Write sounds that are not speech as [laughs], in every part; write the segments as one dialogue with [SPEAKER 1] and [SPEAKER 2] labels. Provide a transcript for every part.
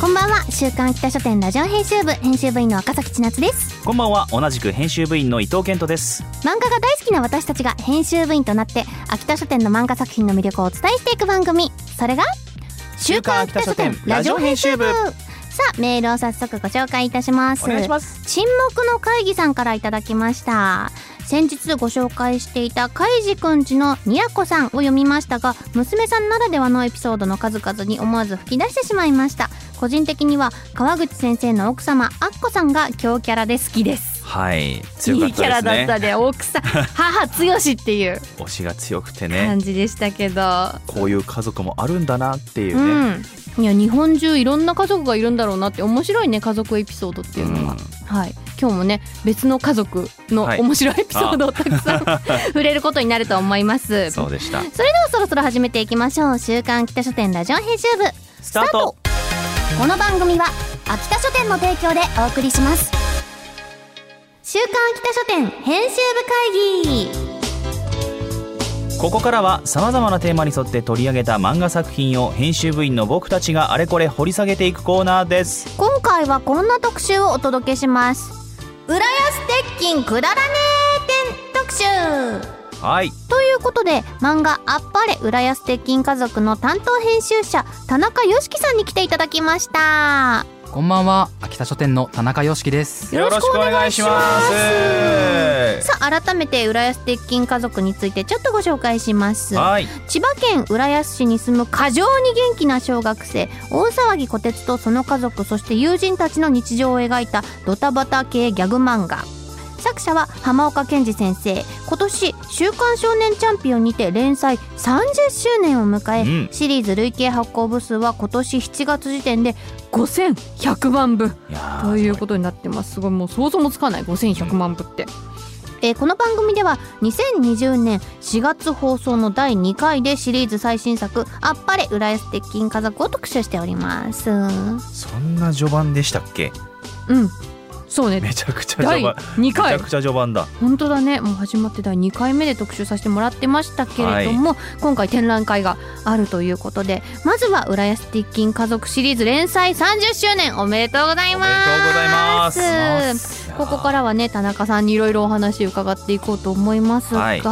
[SPEAKER 1] こんばんは、週刊北書店ラジオ編集部編集部員の赤崎千夏です。
[SPEAKER 2] こんばんは同じく編集部員の伊藤健人です
[SPEAKER 1] 漫画が大好きな私たちが編集部員となって秋田書店の漫画作品の魅力をお伝えしていく番組それが
[SPEAKER 2] 週刊秋田書店ラジオ編集部
[SPEAKER 1] さあメールを早速ご紹介いたします
[SPEAKER 2] お願いします
[SPEAKER 1] 沈黙の会議さんからいただきました先日ご紹介していたカイジくんちのにやこさんを読みましたが娘さんならではのエピソードの数々に思わず吹き出してしまいました個人的には川口先生の奥様あっこさんが強キャラで好きです
[SPEAKER 2] はい強か
[SPEAKER 1] い
[SPEAKER 2] っ
[SPEAKER 1] いキャ
[SPEAKER 2] た
[SPEAKER 1] ラ
[SPEAKER 2] ですね
[SPEAKER 1] だったね奥
[SPEAKER 2] [laughs]
[SPEAKER 1] さん母強しっていう
[SPEAKER 2] 推しが強くてね
[SPEAKER 1] 感じでしたけど、
[SPEAKER 2] こういう家族もあるんだなっていう
[SPEAKER 1] う
[SPEAKER 2] ね、
[SPEAKER 1] んいや日本中いろんな家族がいるんだろうなって面白いね家族エピソードっていうのは、
[SPEAKER 2] うん
[SPEAKER 1] はい今日もね別の家族の
[SPEAKER 2] はい
[SPEAKER 1] 面白いエピソードをたく
[SPEAKER 2] [laughs]
[SPEAKER 1] さん、触れることになると思います
[SPEAKER 2] そうでした
[SPEAKER 1] それではそろそろ始めていきましょう週刊北書店ラジオ編集部
[SPEAKER 2] ス
[SPEAKER 1] タートこの番組は秋田書店の提供でお送りします週刊秋田書店編集部会議
[SPEAKER 2] ここからはさまざまなテーマに沿って取り上げた漫画作品を編集部員の僕たちがあれこれ掘り下げていくコーナーです
[SPEAKER 1] 今回はこんな特集をお届けします浦安鉄筋くだらねー展特集
[SPEAKER 2] はい
[SPEAKER 1] ということで漫画「あっぱれ浦安鉄筋家族」の担当編集者田中良樹さんに来ていただきました
[SPEAKER 3] こんばんは秋田書店の田中良樹です
[SPEAKER 1] よろしくお願いします
[SPEAKER 2] よろしくお願いし
[SPEAKER 1] さあ改めて浦安鉄筋家族についてちょっとご紹介します
[SPEAKER 2] ますはい
[SPEAKER 1] 千葉県浦安市に住む過剰に元気な小学生大騒ぎ小鉄とその家族そして友人たちの日常を描いたドタバタ系ギャグ漫画作者は浜岡健二先生今年「週刊少年チャンピオン」にて連載30周年を迎え、
[SPEAKER 2] うん
[SPEAKER 1] シリーズ累計発行部数は今年7月時点で5100万部
[SPEAKER 2] いやー
[SPEAKER 1] ということになってますすごいもう想像もつかない5100万部って、えーこの番組では2020年4月放送の第2回でシリーズ最新作「あっぱれ浦安鉄筋家族」を特集しておりますうん
[SPEAKER 2] そんな序盤でしたっけ
[SPEAKER 1] そうね
[SPEAKER 2] めちゃくちゃ
[SPEAKER 1] 第
[SPEAKER 2] 序盤
[SPEAKER 1] 2
[SPEAKER 2] めち
[SPEAKER 1] 回
[SPEAKER 2] ゃくちゃ序盤だ
[SPEAKER 1] 本当だねもう始まって第2回目で特集させてもらってましたけれども、今回展覧会があるということでまずは浦安鉄筋家族シリーズ連載30周年おめでとうござい
[SPEAKER 2] お
[SPEAKER 1] ま
[SPEAKER 2] めでとうございます
[SPEAKER 1] すここからはね田中さんにいろいろお話伺っていこうと思いますが、
[SPEAKER 2] はい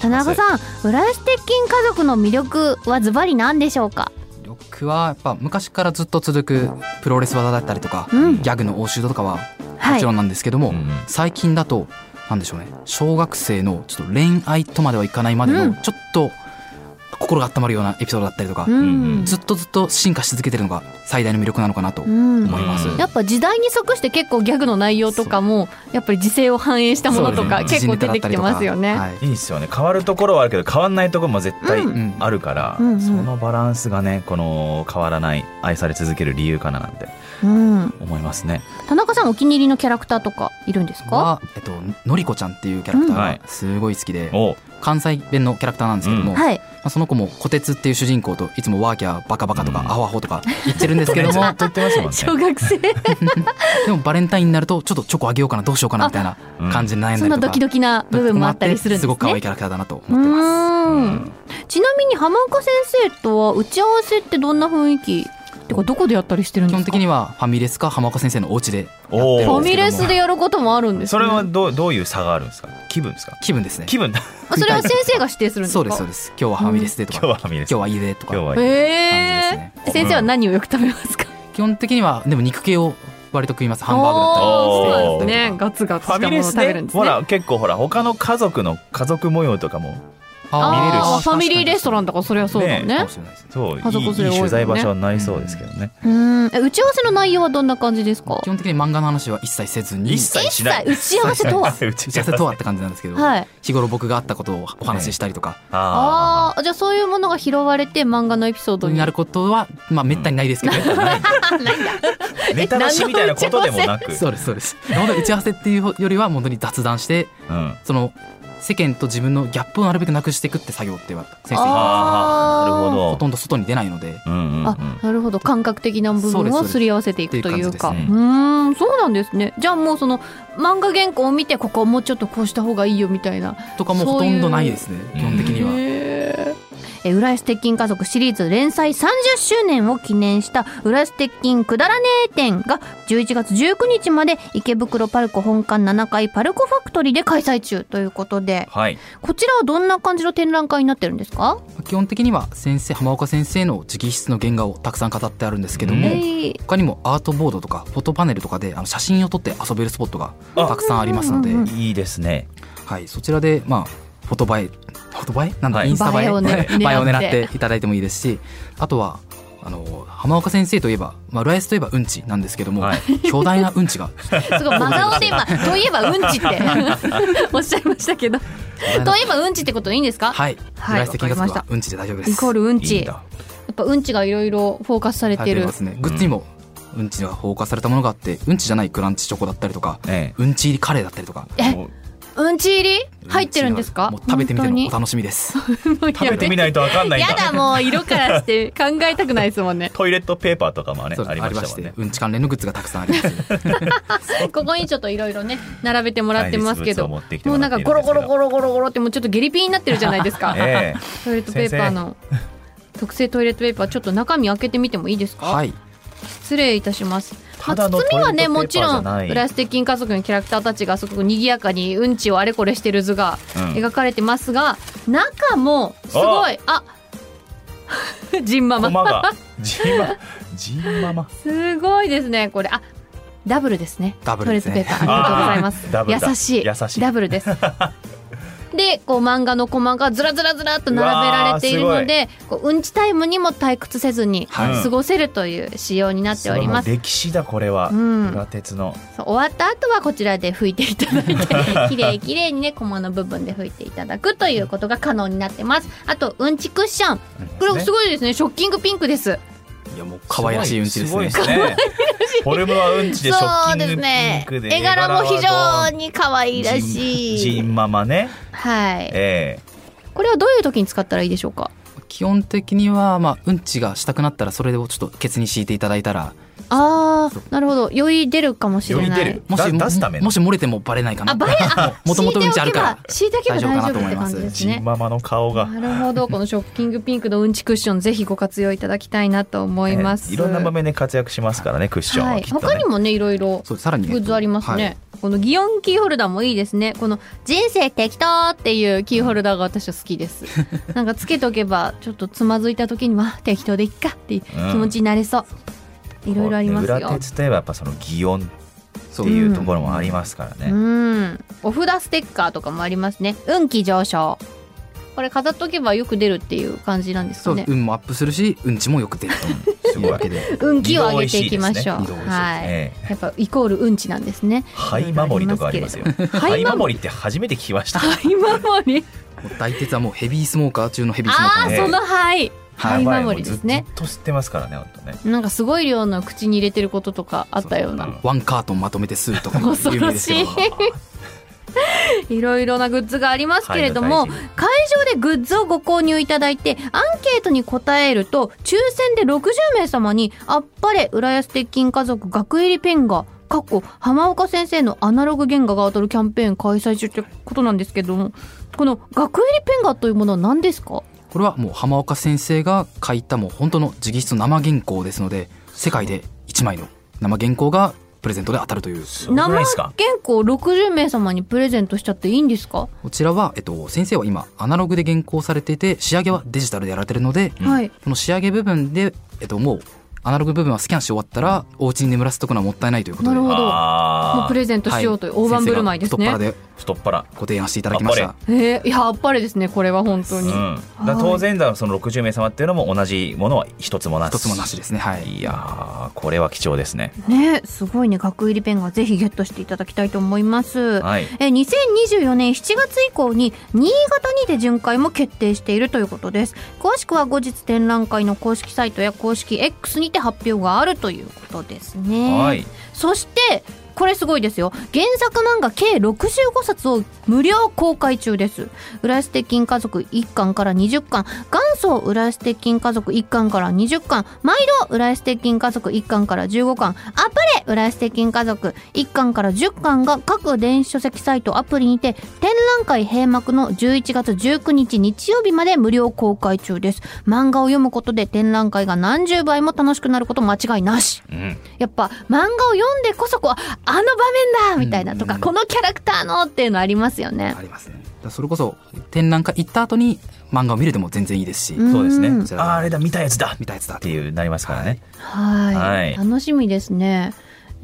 [SPEAKER 1] 田中さん浦安鉄筋家族の魅力はズバリ何でしょうか
[SPEAKER 3] 僕はやっぱ昔からずっと続くプロレス技だったりとか、
[SPEAKER 1] うん
[SPEAKER 3] ギャグの応酬とかは
[SPEAKER 1] は
[SPEAKER 3] も
[SPEAKER 1] い
[SPEAKER 3] ちろんなんですけども、
[SPEAKER 2] うん
[SPEAKER 3] 最近だとなんでしょうね小学生のちょっと恋愛とまではいかないまで
[SPEAKER 1] う
[SPEAKER 3] の
[SPEAKER 1] ん
[SPEAKER 3] ちょっと心が温まるようなエピソードだったりとか、
[SPEAKER 1] うん
[SPEAKER 3] ずっとずっと進化し続けてるのが最大の魅力なのかなと
[SPEAKER 1] うん
[SPEAKER 3] 思います。
[SPEAKER 2] うん
[SPEAKER 1] やっぱ時代に即して結構ギャグの内容とかもやっぱり時勢を反映したものとか
[SPEAKER 2] そう
[SPEAKER 1] 結構出てきてますよね。
[SPEAKER 3] はい
[SPEAKER 2] いいですよね変わるところはあるけど変わんないところも絶対
[SPEAKER 3] ん
[SPEAKER 2] あるから、
[SPEAKER 1] うんうん
[SPEAKER 2] そのバランスがねこの変わらない愛され続ける理由かななんて
[SPEAKER 1] うん、
[SPEAKER 2] 思いますね。
[SPEAKER 1] 田中さんお気に入りのキャラクターとかいるんですか？
[SPEAKER 3] は、えっと、のりこちゃんっていうキャラクタ
[SPEAKER 2] うんはい
[SPEAKER 3] ーがすごい好きで、
[SPEAKER 2] お
[SPEAKER 3] 関西弁のキャラクターなんですけども、ま
[SPEAKER 1] はい。
[SPEAKER 3] あ、その子も「こてつ」っていう主人公といつも「ワーキャーバカバカ」とか
[SPEAKER 2] う
[SPEAKER 3] 「
[SPEAKER 2] ん
[SPEAKER 3] アワホ」とか言ってるんですけ
[SPEAKER 2] ず
[SPEAKER 3] ど
[SPEAKER 2] [laughs] っと
[SPEAKER 3] も
[SPEAKER 2] 言ってますも
[SPEAKER 1] 小
[SPEAKER 2] んね。
[SPEAKER 1] 学生
[SPEAKER 3] [laughs] でもバレンタインになるとちょっとチョコあげようかなどうしようかなみたいな感じで悩んだりとか
[SPEAKER 1] そんなドキドキな部分もあったりするんですね。
[SPEAKER 3] ごく可愛いキャラクターだなと思って
[SPEAKER 1] う
[SPEAKER 3] ます。
[SPEAKER 1] ー
[SPEAKER 2] うん
[SPEAKER 1] んちなみに浜岡先生とは打ち合わせってどんな雰囲気ってかどこでやったりしてるん
[SPEAKER 3] 基
[SPEAKER 1] です
[SPEAKER 3] 本
[SPEAKER 1] か
[SPEAKER 3] 的にはファミレスか浜岡先生のお家でやってるん
[SPEAKER 2] お
[SPEAKER 3] で
[SPEAKER 2] ー
[SPEAKER 3] すけど
[SPEAKER 1] フ
[SPEAKER 3] も
[SPEAKER 1] ァミレスでやることもあるんです、ね、
[SPEAKER 2] それはどうどういう差があるんですか気分ですか
[SPEAKER 3] 気分ですね
[SPEAKER 2] 気分だ [laughs]
[SPEAKER 1] あそれは先生が指定するんですか
[SPEAKER 3] そうですそうです今日はファミレスでと
[SPEAKER 2] 今
[SPEAKER 3] か
[SPEAKER 2] 日はファミレス
[SPEAKER 3] 今日はいいでとか
[SPEAKER 2] 今日は
[SPEAKER 1] へ
[SPEAKER 3] 感じ
[SPEAKER 1] え、
[SPEAKER 3] ですね
[SPEAKER 1] 先生は何をよく食べますか
[SPEAKER 3] 基本的にはでも肉系を割と食いますハンバーグだったり
[SPEAKER 2] おー
[SPEAKER 1] おーそうなんですねガツガツ
[SPEAKER 2] フ
[SPEAKER 1] したもの
[SPEAKER 2] ァミレ
[SPEAKER 1] を
[SPEAKER 2] ス
[SPEAKER 1] 食べる
[SPEAKER 2] で
[SPEAKER 1] んです
[SPEAKER 2] ほ
[SPEAKER 1] ね
[SPEAKER 2] ら結構ほら他の家族の家族模様とかも
[SPEAKER 3] あ
[SPEAKER 2] 見れるし
[SPEAKER 4] あーファミリーレストランとかそりゃそうだも
[SPEAKER 2] ね
[SPEAKER 4] んね
[SPEAKER 3] かもしれないですね
[SPEAKER 2] そうい
[SPEAKER 4] 家
[SPEAKER 2] い
[SPEAKER 4] 族連れ多いもんね
[SPEAKER 2] いい取材場所はなりそうですけどね、
[SPEAKER 4] うーんえ打ち合わせの内容はどんな感じですか
[SPEAKER 3] 基本的に漫画の話は一切せずに
[SPEAKER 2] 一切し
[SPEAKER 4] 一
[SPEAKER 2] ない
[SPEAKER 4] 切打ち合わせとは
[SPEAKER 2] 打ち
[SPEAKER 3] 打ち合わせとはって感じなんですけど、
[SPEAKER 4] はい
[SPEAKER 3] 日頃僕があったことをお話ししたりとか、
[SPEAKER 2] あ
[SPEAKER 4] ああじゃあそういうものが拾われて漫画のエピソード
[SPEAKER 3] に
[SPEAKER 4] に
[SPEAKER 3] なることはまあめったにないですけど、
[SPEAKER 2] あネタ出しみたいなことでもな [laughs] く、
[SPEAKER 3] そうですそうですなので打ち合わせっていうよりは本当に雑談して
[SPEAKER 2] うん、
[SPEAKER 3] その世間と自分のギャップをなるべくなくしていくって作業っては先生
[SPEAKER 4] あ
[SPEAKER 3] が
[SPEAKER 2] ああなるほ
[SPEAKER 3] ほ
[SPEAKER 2] ど
[SPEAKER 3] とんど外に出ないので
[SPEAKER 2] うんうんうん
[SPEAKER 4] あなるほど感覚的な部
[SPEAKER 3] そうです
[SPEAKER 4] 分
[SPEAKER 3] そ
[SPEAKER 4] を
[SPEAKER 3] うです
[SPEAKER 4] すり合わせていくというかう
[SPEAKER 3] って
[SPEAKER 2] いう感じですね
[SPEAKER 4] ーんそうなんですねじゃあもうその漫画原稿を見てここもうちょっとこうした方がいいよみたいな
[SPEAKER 3] とかもうほとんどないですね
[SPEAKER 2] ういう
[SPEAKER 3] 基本的には。
[SPEAKER 4] へーえ浦安鉄筋家族シリーズ連載30周年を記念した「浦安鉄筋くだらねえ展」が11月19日まで池袋パルコ本館7階パルコファクトリーで開催中ということで
[SPEAKER 2] はい
[SPEAKER 4] こちらはどんな感じの展覧会になってるんですか
[SPEAKER 3] 基本的には先生浜岡先生の直筆の原画をたくさん飾ってあるんですけど
[SPEAKER 2] うん
[SPEAKER 3] も、
[SPEAKER 4] えー
[SPEAKER 3] 他にもアートボードとかフォトパネルとかであの写真を撮って遊べるスポットが
[SPEAKER 2] あ
[SPEAKER 3] たくさんありますので、
[SPEAKER 4] うんうん
[SPEAKER 2] いいですね
[SPEAKER 3] はい、そちらでまあフォト映えフォト映えなんだ、
[SPEAKER 2] はい
[SPEAKER 3] インスタ映え
[SPEAKER 4] 映えをね
[SPEAKER 3] はい
[SPEAKER 4] 狙って
[SPEAKER 3] 映えを狙っていただいてもいいですしあとはあの浜岡先生といえば、まあ、浦安といえばうんちなんですけども、
[SPEAKER 2] はい
[SPEAKER 3] 巨大なうんちが
[SPEAKER 4] すごい真顔
[SPEAKER 2] [laughs]
[SPEAKER 4] で今「といえばうんち」っておっしゃいましたけど「 [laughs] といえばうんち」ってことでいいんですか、
[SPEAKER 3] はい、
[SPEAKER 4] はい
[SPEAKER 3] 浦安的家
[SPEAKER 4] わかり
[SPEAKER 3] 族
[SPEAKER 4] ました
[SPEAKER 3] はうんちで大丈夫です
[SPEAKER 4] イコールうん
[SPEAKER 2] い
[SPEAKER 4] ち
[SPEAKER 2] いん
[SPEAKER 4] や
[SPEAKER 2] だ
[SPEAKER 4] っぱうんちがいろいろフォーカスされ
[SPEAKER 3] さ
[SPEAKER 4] て
[SPEAKER 3] れて
[SPEAKER 4] る
[SPEAKER 3] ますねグッズにもうんちが放課されたものがあってうんちじゃないクランチチョコだったりとか
[SPEAKER 2] え
[SPEAKER 3] うんち入りカレーだったりとか
[SPEAKER 4] え
[SPEAKER 2] もう
[SPEAKER 4] うんち入り入ってるんですか
[SPEAKER 3] もう食べてみて
[SPEAKER 4] 本当
[SPEAKER 3] の
[SPEAKER 4] に
[SPEAKER 3] お楽しみです
[SPEAKER 2] [laughs] 食べてみないとわかんないん
[SPEAKER 4] [laughs] や
[SPEAKER 2] だ
[SPEAKER 4] だもう色からして考えたくないですもん [laughs] ね
[SPEAKER 2] トイレットペーパーとかもね
[SPEAKER 3] そう
[SPEAKER 2] ありましたもんね
[SPEAKER 3] うんち関連のグッズがたくさんあります
[SPEAKER 4] [laughs] ここにちょっといろいろね並べてもらってますけど
[SPEAKER 2] はい実物を持
[SPEAKER 4] も
[SPEAKER 2] ってきても
[SPEAKER 4] う
[SPEAKER 2] ら
[SPEAKER 4] な
[SPEAKER 2] っ
[SPEAKER 4] ん
[SPEAKER 2] て
[SPEAKER 4] か
[SPEAKER 2] いるんですけど
[SPEAKER 4] ゴロゴロゴロゴロゴロってもうちょっと下痢ピーになってるじゃないですか
[SPEAKER 2] [laughs] え
[SPEAKER 4] トイレットペーパーの特製トイレットペーパーちょっと中身開けてみてもいいですか
[SPEAKER 3] はい
[SPEAKER 4] 失礼いたします。まあ
[SPEAKER 2] ただの
[SPEAKER 4] 包みは
[SPEAKER 2] ト
[SPEAKER 4] ね
[SPEAKER 2] イレ
[SPEAKER 4] も
[SPEAKER 2] ットペ
[SPEAKER 4] ち
[SPEAKER 2] ーパーじ
[SPEAKER 4] ろ
[SPEAKER 2] ゃ
[SPEAKER 4] ん
[SPEAKER 2] ない
[SPEAKER 4] プラス鉄筋家族のキャラクターたちがすごく賑やかにうんちをあれこれしてる図が
[SPEAKER 2] うん
[SPEAKER 4] [laughs] 描かれてますが、中もすごいあ [laughs] ジンマ
[SPEAKER 2] え駒
[SPEAKER 4] マ
[SPEAKER 2] がジンマジンママ
[SPEAKER 4] すごいですねこれあダブルですね
[SPEAKER 3] ダブルですね
[SPEAKER 4] トイレットペーパーありがとうございます
[SPEAKER 2] あーダブルだ
[SPEAKER 4] 優しい
[SPEAKER 2] 優しい
[SPEAKER 4] ダブルです [laughs] でこう漫画のコマがずらずらずらっと並べられているのでこううんちタイムにも退屈せずに
[SPEAKER 2] はい
[SPEAKER 4] 過ごせるという仕様になっております
[SPEAKER 2] その歴史だこれは
[SPEAKER 4] うん
[SPEAKER 2] 裏鉄の
[SPEAKER 4] そう終わった後はこちらで拭いていただい [laughs] てきれいきれいにねコマの部分で拭いていただくということが可能になってますあとうんちクッションこれすごいですねショッキングピンクです
[SPEAKER 3] いやもう可愛らしいうんちですね
[SPEAKER 2] ごいねフォルムはうんちでショ
[SPEAKER 4] そ
[SPEAKER 2] ッキ
[SPEAKER 4] うで
[SPEAKER 2] ン
[SPEAKER 4] す
[SPEAKER 2] グピ
[SPEAKER 4] ね
[SPEAKER 2] ンクで
[SPEAKER 4] 絵柄も非常に可愛ら
[SPEAKER 2] ジン
[SPEAKER 4] し
[SPEAKER 2] ジ
[SPEAKER 4] い
[SPEAKER 2] ンママね
[SPEAKER 4] はい
[SPEAKER 2] え
[SPEAKER 4] これはどういう時に使ったらいいでしょうか
[SPEAKER 3] 基本的には、まあ、うんちがしたくなったらそれをちょっとケツに敷いていただいたら
[SPEAKER 4] あーなるほどより出るかもしれ
[SPEAKER 2] よ
[SPEAKER 4] な
[SPEAKER 2] り出
[SPEAKER 4] い
[SPEAKER 2] る
[SPEAKER 3] もし
[SPEAKER 2] だ出すための
[SPEAKER 3] もし漏れてもバレないかな
[SPEAKER 4] あバレあ
[SPEAKER 3] [laughs] もともとうんちあるから
[SPEAKER 4] 敷いておけば敷いておけ
[SPEAKER 3] 大丈夫かな
[SPEAKER 4] ば大丈夫って
[SPEAKER 3] と思いま
[SPEAKER 4] 感
[SPEAKER 3] す
[SPEAKER 4] じ
[SPEAKER 2] え
[SPEAKER 4] です
[SPEAKER 2] ジ
[SPEAKER 4] ね
[SPEAKER 2] ンママの顔が
[SPEAKER 4] なるほどこのショッキングピンクのうんちクッションぜひご活用いただきたいなと思います、
[SPEAKER 2] ええいろんな場面で活躍しますからねクッション
[SPEAKER 4] は、
[SPEAKER 2] はいきっとね
[SPEAKER 4] 他にもねいろいろ
[SPEAKER 3] そうさらに
[SPEAKER 4] グッズありますね、このギオンキーホルダーもいいですねこの「人生適当」っていうキーホルダーが私は好きです
[SPEAKER 2] [laughs]
[SPEAKER 4] なんかつけとけばちょっとつまずいた時には適当でいっかっていう気持ちになれそう、いろいろあります
[SPEAKER 2] 裏
[SPEAKER 4] よ
[SPEAKER 2] 鉄といえばやっぱその擬音って
[SPEAKER 3] そう
[SPEAKER 2] いうところもありますから
[SPEAKER 4] う
[SPEAKER 2] ね。
[SPEAKER 4] んお札ステッカーとかもありますね運気上昇これ飾っとけばよく出るっていう感じなんです
[SPEAKER 3] そう、
[SPEAKER 4] かね
[SPEAKER 3] 運もアップするしうんちもよく出るというわけで
[SPEAKER 4] 運気を上げていきましょう、
[SPEAKER 3] 二度美味しいですね二度美味しいですね
[SPEAKER 4] はい、
[SPEAKER 2] え
[SPEAKER 4] やっぱイコール運気なんで
[SPEAKER 3] [laughs]
[SPEAKER 4] すね
[SPEAKER 2] え、灰守りとかありますよ。
[SPEAKER 4] 灰
[SPEAKER 2] 灰
[SPEAKER 4] 守
[SPEAKER 2] 守りって初めて聞きました。
[SPEAKER 4] り守り
[SPEAKER 3] もう大鉄はもうヘビースモーカー中のヘビースモーカ
[SPEAKER 4] あ
[SPEAKER 3] ー
[SPEAKER 4] あ
[SPEAKER 3] で
[SPEAKER 4] ーその灰灰
[SPEAKER 2] やばい
[SPEAKER 4] 守りです
[SPEAKER 2] も
[SPEAKER 4] ね
[SPEAKER 2] うずずっと吸ってますからね、本当ね。
[SPEAKER 4] なんかすごい量の口に入れてることとかあったような
[SPEAKER 3] ワンカートンまとめて吸うとかも有
[SPEAKER 4] 恐
[SPEAKER 3] 名
[SPEAKER 4] ろ
[SPEAKER 3] です
[SPEAKER 4] し
[SPEAKER 3] け
[SPEAKER 4] い
[SPEAKER 3] ど
[SPEAKER 4] いろいろなグッズがありますけれど
[SPEAKER 2] 灰
[SPEAKER 4] も、
[SPEAKER 2] の大臣
[SPEAKER 4] 会場でグッズをご購入いただいてアンケートに答えると抽選で60名様に「あっぱれ浦安鉄筋家族学入りペンが」かっこ浜岡先生のアナログ原画が当たるキャンペーン開催中ってことなんですけどもこの学入りペンガというものは何ですか
[SPEAKER 3] これはもう浜岡先生が書いたもう本当の直筆の生原稿ですので世界で1枚の生原稿がプレゼントで当たるという
[SPEAKER 2] すごくない
[SPEAKER 4] 生
[SPEAKER 2] です
[SPEAKER 4] 原
[SPEAKER 2] か。
[SPEAKER 4] 稿60名様にプレゼントしちゃっていいんですか、
[SPEAKER 3] こちらは、えっと、先生は今アナログで原稿されていて仕上げはデジタルでやられてるので、
[SPEAKER 4] はい
[SPEAKER 3] この仕上げ部分で、えっと、もうアナログ部分はスキャンし終わったらお家に眠らせとくのはもったいないということで
[SPEAKER 4] なるほど
[SPEAKER 2] あー
[SPEAKER 4] もうプレゼントしようという大盤振る舞いですね。
[SPEAKER 3] はい、太っ腹で
[SPEAKER 2] 太っ腹
[SPEAKER 3] ご提案していただきまし
[SPEAKER 2] あった
[SPEAKER 1] えー、やっぱりですねこれは本当
[SPEAKER 2] う
[SPEAKER 1] に、
[SPEAKER 2] ん、だから当然だその60名様っていうのも同じものは一つもなし
[SPEAKER 3] 一つもなしですねはい
[SPEAKER 2] いやーこれは貴重ですね
[SPEAKER 1] ねすごいね額入りペンがぜひゲットしていただきたいと思います、
[SPEAKER 2] はい
[SPEAKER 1] え2024年7月以降に新潟にて巡回も決定しているということです詳しくは後日展覧会の公式サイトや公式 X にて発表があるということですね、
[SPEAKER 2] はい
[SPEAKER 1] そしてこれすごいですよ原作漫画計65冊を無料公開中です浦安鉄筋家族1巻から20巻元祖浦安鉄筋家族1巻から20巻毎度浦安鉄筋家族1巻から15巻アプレ浦安鉄筋家族1巻から10巻が各電子書籍サイトアプリにて展覧会閉幕の11月19日日曜日まで無料公開中です漫画を読むことで展覧会が何十倍も楽しくなること間違いなし
[SPEAKER 2] うん
[SPEAKER 1] やっぱ漫画を読んでこそこうああの場面だみたいなとか、このキャラクターのっていうのありますよね
[SPEAKER 3] あ。りますねだからそれこそ展覧会行った後に漫画を見るでも全然いいですし、
[SPEAKER 1] ん
[SPEAKER 2] そうですね
[SPEAKER 1] うん
[SPEAKER 2] あああれだ見たやつだ
[SPEAKER 3] 見たやつだ
[SPEAKER 2] っていうなりますからね
[SPEAKER 1] はい
[SPEAKER 2] はい
[SPEAKER 1] 楽しみですね。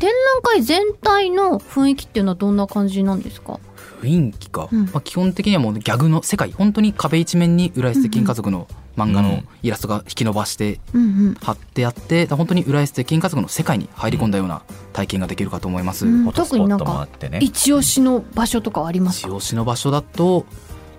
[SPEAKER 1] 展覧会全体の雰囲気っていうのはどんな感じなんですか。
[SPEAKER 3] 雰囲気か、
[SPEAKER 1] うん
[SPEAKER 3] まあ、基本的にはもうギャグの世界本当に壁一面に浦安鉄筋家族の漫画
[SPEAKER 2] う
[SPEAKER 3] の
[SPEAKER 2] ん
[SPEAKER 3] イラストが引き伸ばして
[SPEAKER 1] うんうん。
[SPEAKER 3] 貼ってあってだから本当に浦安鉄筋家族の世界に入り込んだような体験ができるかと思います、
[SPEAKER 1] うん
[SPEAKER 2] フォトスポ
[SPEAKER 1] 特にな
[SPEAKER 2] ッ
[SPEAKER 1] ん
[SPEAKER 2] ト
[SPEAKER 1] か
[SPEAKER 2] もあってね
[SPEAKER 1] 一押しの場所とかはあります
[SPEAKER 3] 一
[SPEAKER 1] か。
[SPEAKER 3] 押しの場所だと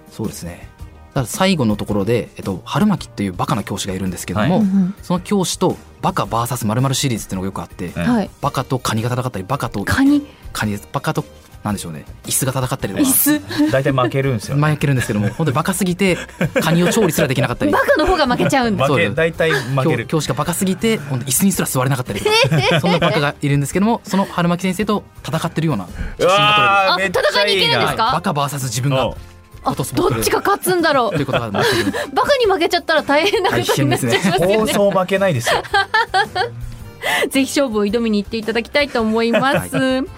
[SPEAKER 3] そうですねだから最後のところで、えっと、春巻っていうバカな教師がいるんですけども、
[SPEAKER 2] は
[SPEAKER 1] うんうん
[SPEAKER 3] その教師とバカ VS○○ シリーズっていうのがよくあって、
[SPEAKER 2] うん
[SPEAKER 1] はい。
[SPEAKER 3] バカとカニが戦ったりバカと
[SPEAKER 1] カニ、
[SPEAKER 3] カニバカとなんでしょうね椅子が戦ったりと
[SPEAKER 1] 椅
[SPEAKER 3] か
[SPEAKER 1] 子、
[SPEAKER 2] 大体負けるんですよね
[SPEAKER 3] 前やけるんですけども本当にバカすぎてカニを調理すらできなかったり
[SPEAKER 1] バカの方が負けちゃうんだ。
[SPEAKER 2] 負
[SPEAKER 3] そうで
[SPEAKER 2] け
[SPEAKER 3] す
[SPEAKER 2] 大体負け
[SPEAKER 3] 教
[SPEAKER 2] る
[SPEAKER 3] 教師がバカすぎて本当椅子にすら座れなかったりと
[SPEAKER 1] [laughs]
[SPEAKER 3] かそんなバカがいるんですけどもその春巻先生と戦ってるような写真が
[SPEAKER 1] あ
[SPEAKER 2] めっちゃ
[SPEAKER 1] 戦いに行けるんで
[SPEAKER 3] 撮れ
[SPEAKER 1] す
[SPEAKER 3] る、
[SPEAKER 1] か
[SPEAKER 3] はい、バカ VS 自分が
[SPEAKER 2] おう
[SPEAKER 3] フ
[SPEAKER 1] あ
[SPEAKER 3] ォトスポットで
[SPEAKER 1] どっちが勝つんだろ
[SPEAKER 3] という
[SPEAKER 1] う。
[SPEAKER 3] ことが待ってる
[SPEAKER 1] バカに負けちゃったら大変なことになっちゃいますよね。
[SPEAKER 2] 放送負けないですよ
[SPEAKER 1] [laughs] ぜひ勝負を挑みに行っていただきたいと思います。それでは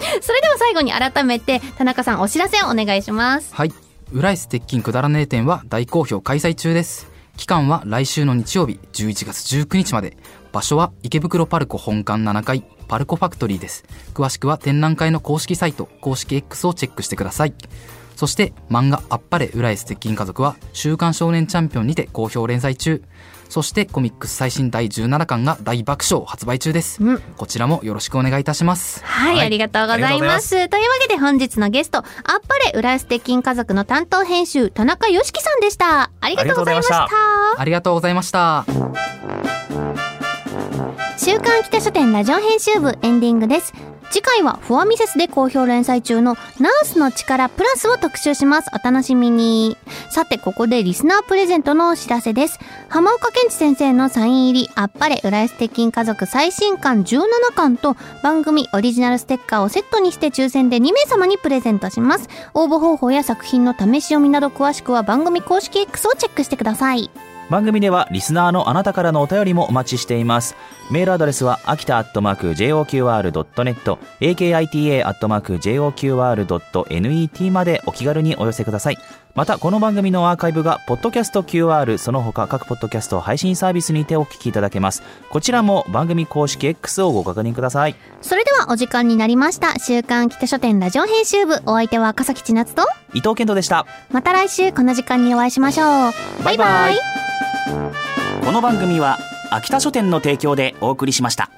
[SPEAKER 1] 最後に改めて田中さんお知らせをお願いします。
[SPEAKER 3] はい。浦安鉄筋くだらねえ展は大好評開催中です。期間は来週の日曜日11月19日まで。場所は池袋パルコ本館7階パルコファクトリーです。詳しくは展覧会の公式サイト、公式 X をチェックしてください。そして漫画あっぱれ浦安鉄筋家族は週刊少年チャンピオンにて好評連載中。そしてコミックス最新第17巻が大爆笑発売中です。
[SPEAKER 1] うん
[SPEAKER 3] こちらもよろしくお願いいたします。
[SPEAKER 1] はい、
[SPEAKER 2] はい
[SPEAKER 1] ありがとうござ
[SPEAKER 2] あ
[SPEAKER 1] い
[SPEAKER 2] りがとうござい
[SPEAKER 1] ま。
[SPEAKER 2] ます
[SPEAKER 1] というわけで本日のゲスト、あっぱれ浦安鉄筋家族の担当編集、田中良樹さんでした。ありがとうございました
[SPEAKER 2] ありがとう。
[SPEAKER 3] ありがとうございました。
[SPEAKER 1] 週刊北書店ラジオ編集部エンディングです。次回はフォアミセスで好評連載中のナースの力プラスを特集します。お楽しみに。さて、ここでリスナープレゼントのお知らせです。浜岡健二先生のサイン入り、あっぱれ浦安鉄筋家族最新刊17巻と番組オリジナルステッカーをセットにして抽選で2名様にプレゼントします。応募方法や作品の試し読みなど詳しくは番組公式 X をチェックしてください。
[SPEAKER 2] 番組ではリスナーのあなたからのお便りもお待ちしていますメールアドレスは秋田アットマーク JOQR.net akita アットマーク JOQR.net までお気軽にお寄せくださいまたこの番組のアーカイブがポッドキャスト QR その他各ポッドキャスト配信サービスにてお聞きいただけますこちらも番組公式 X をご確認ください
[SPEAKER 1] それではお時間になりました。週刊北書店ラジオ編集部。お相手は赤崎千夏と、
[SPEAKER 2] 伊藤健人でした
[SPEAKER 1] また来週この時間にお会いしましょう。バイバイ
[SPEAKER 2] この番組は秋田書店の提供でお送りしました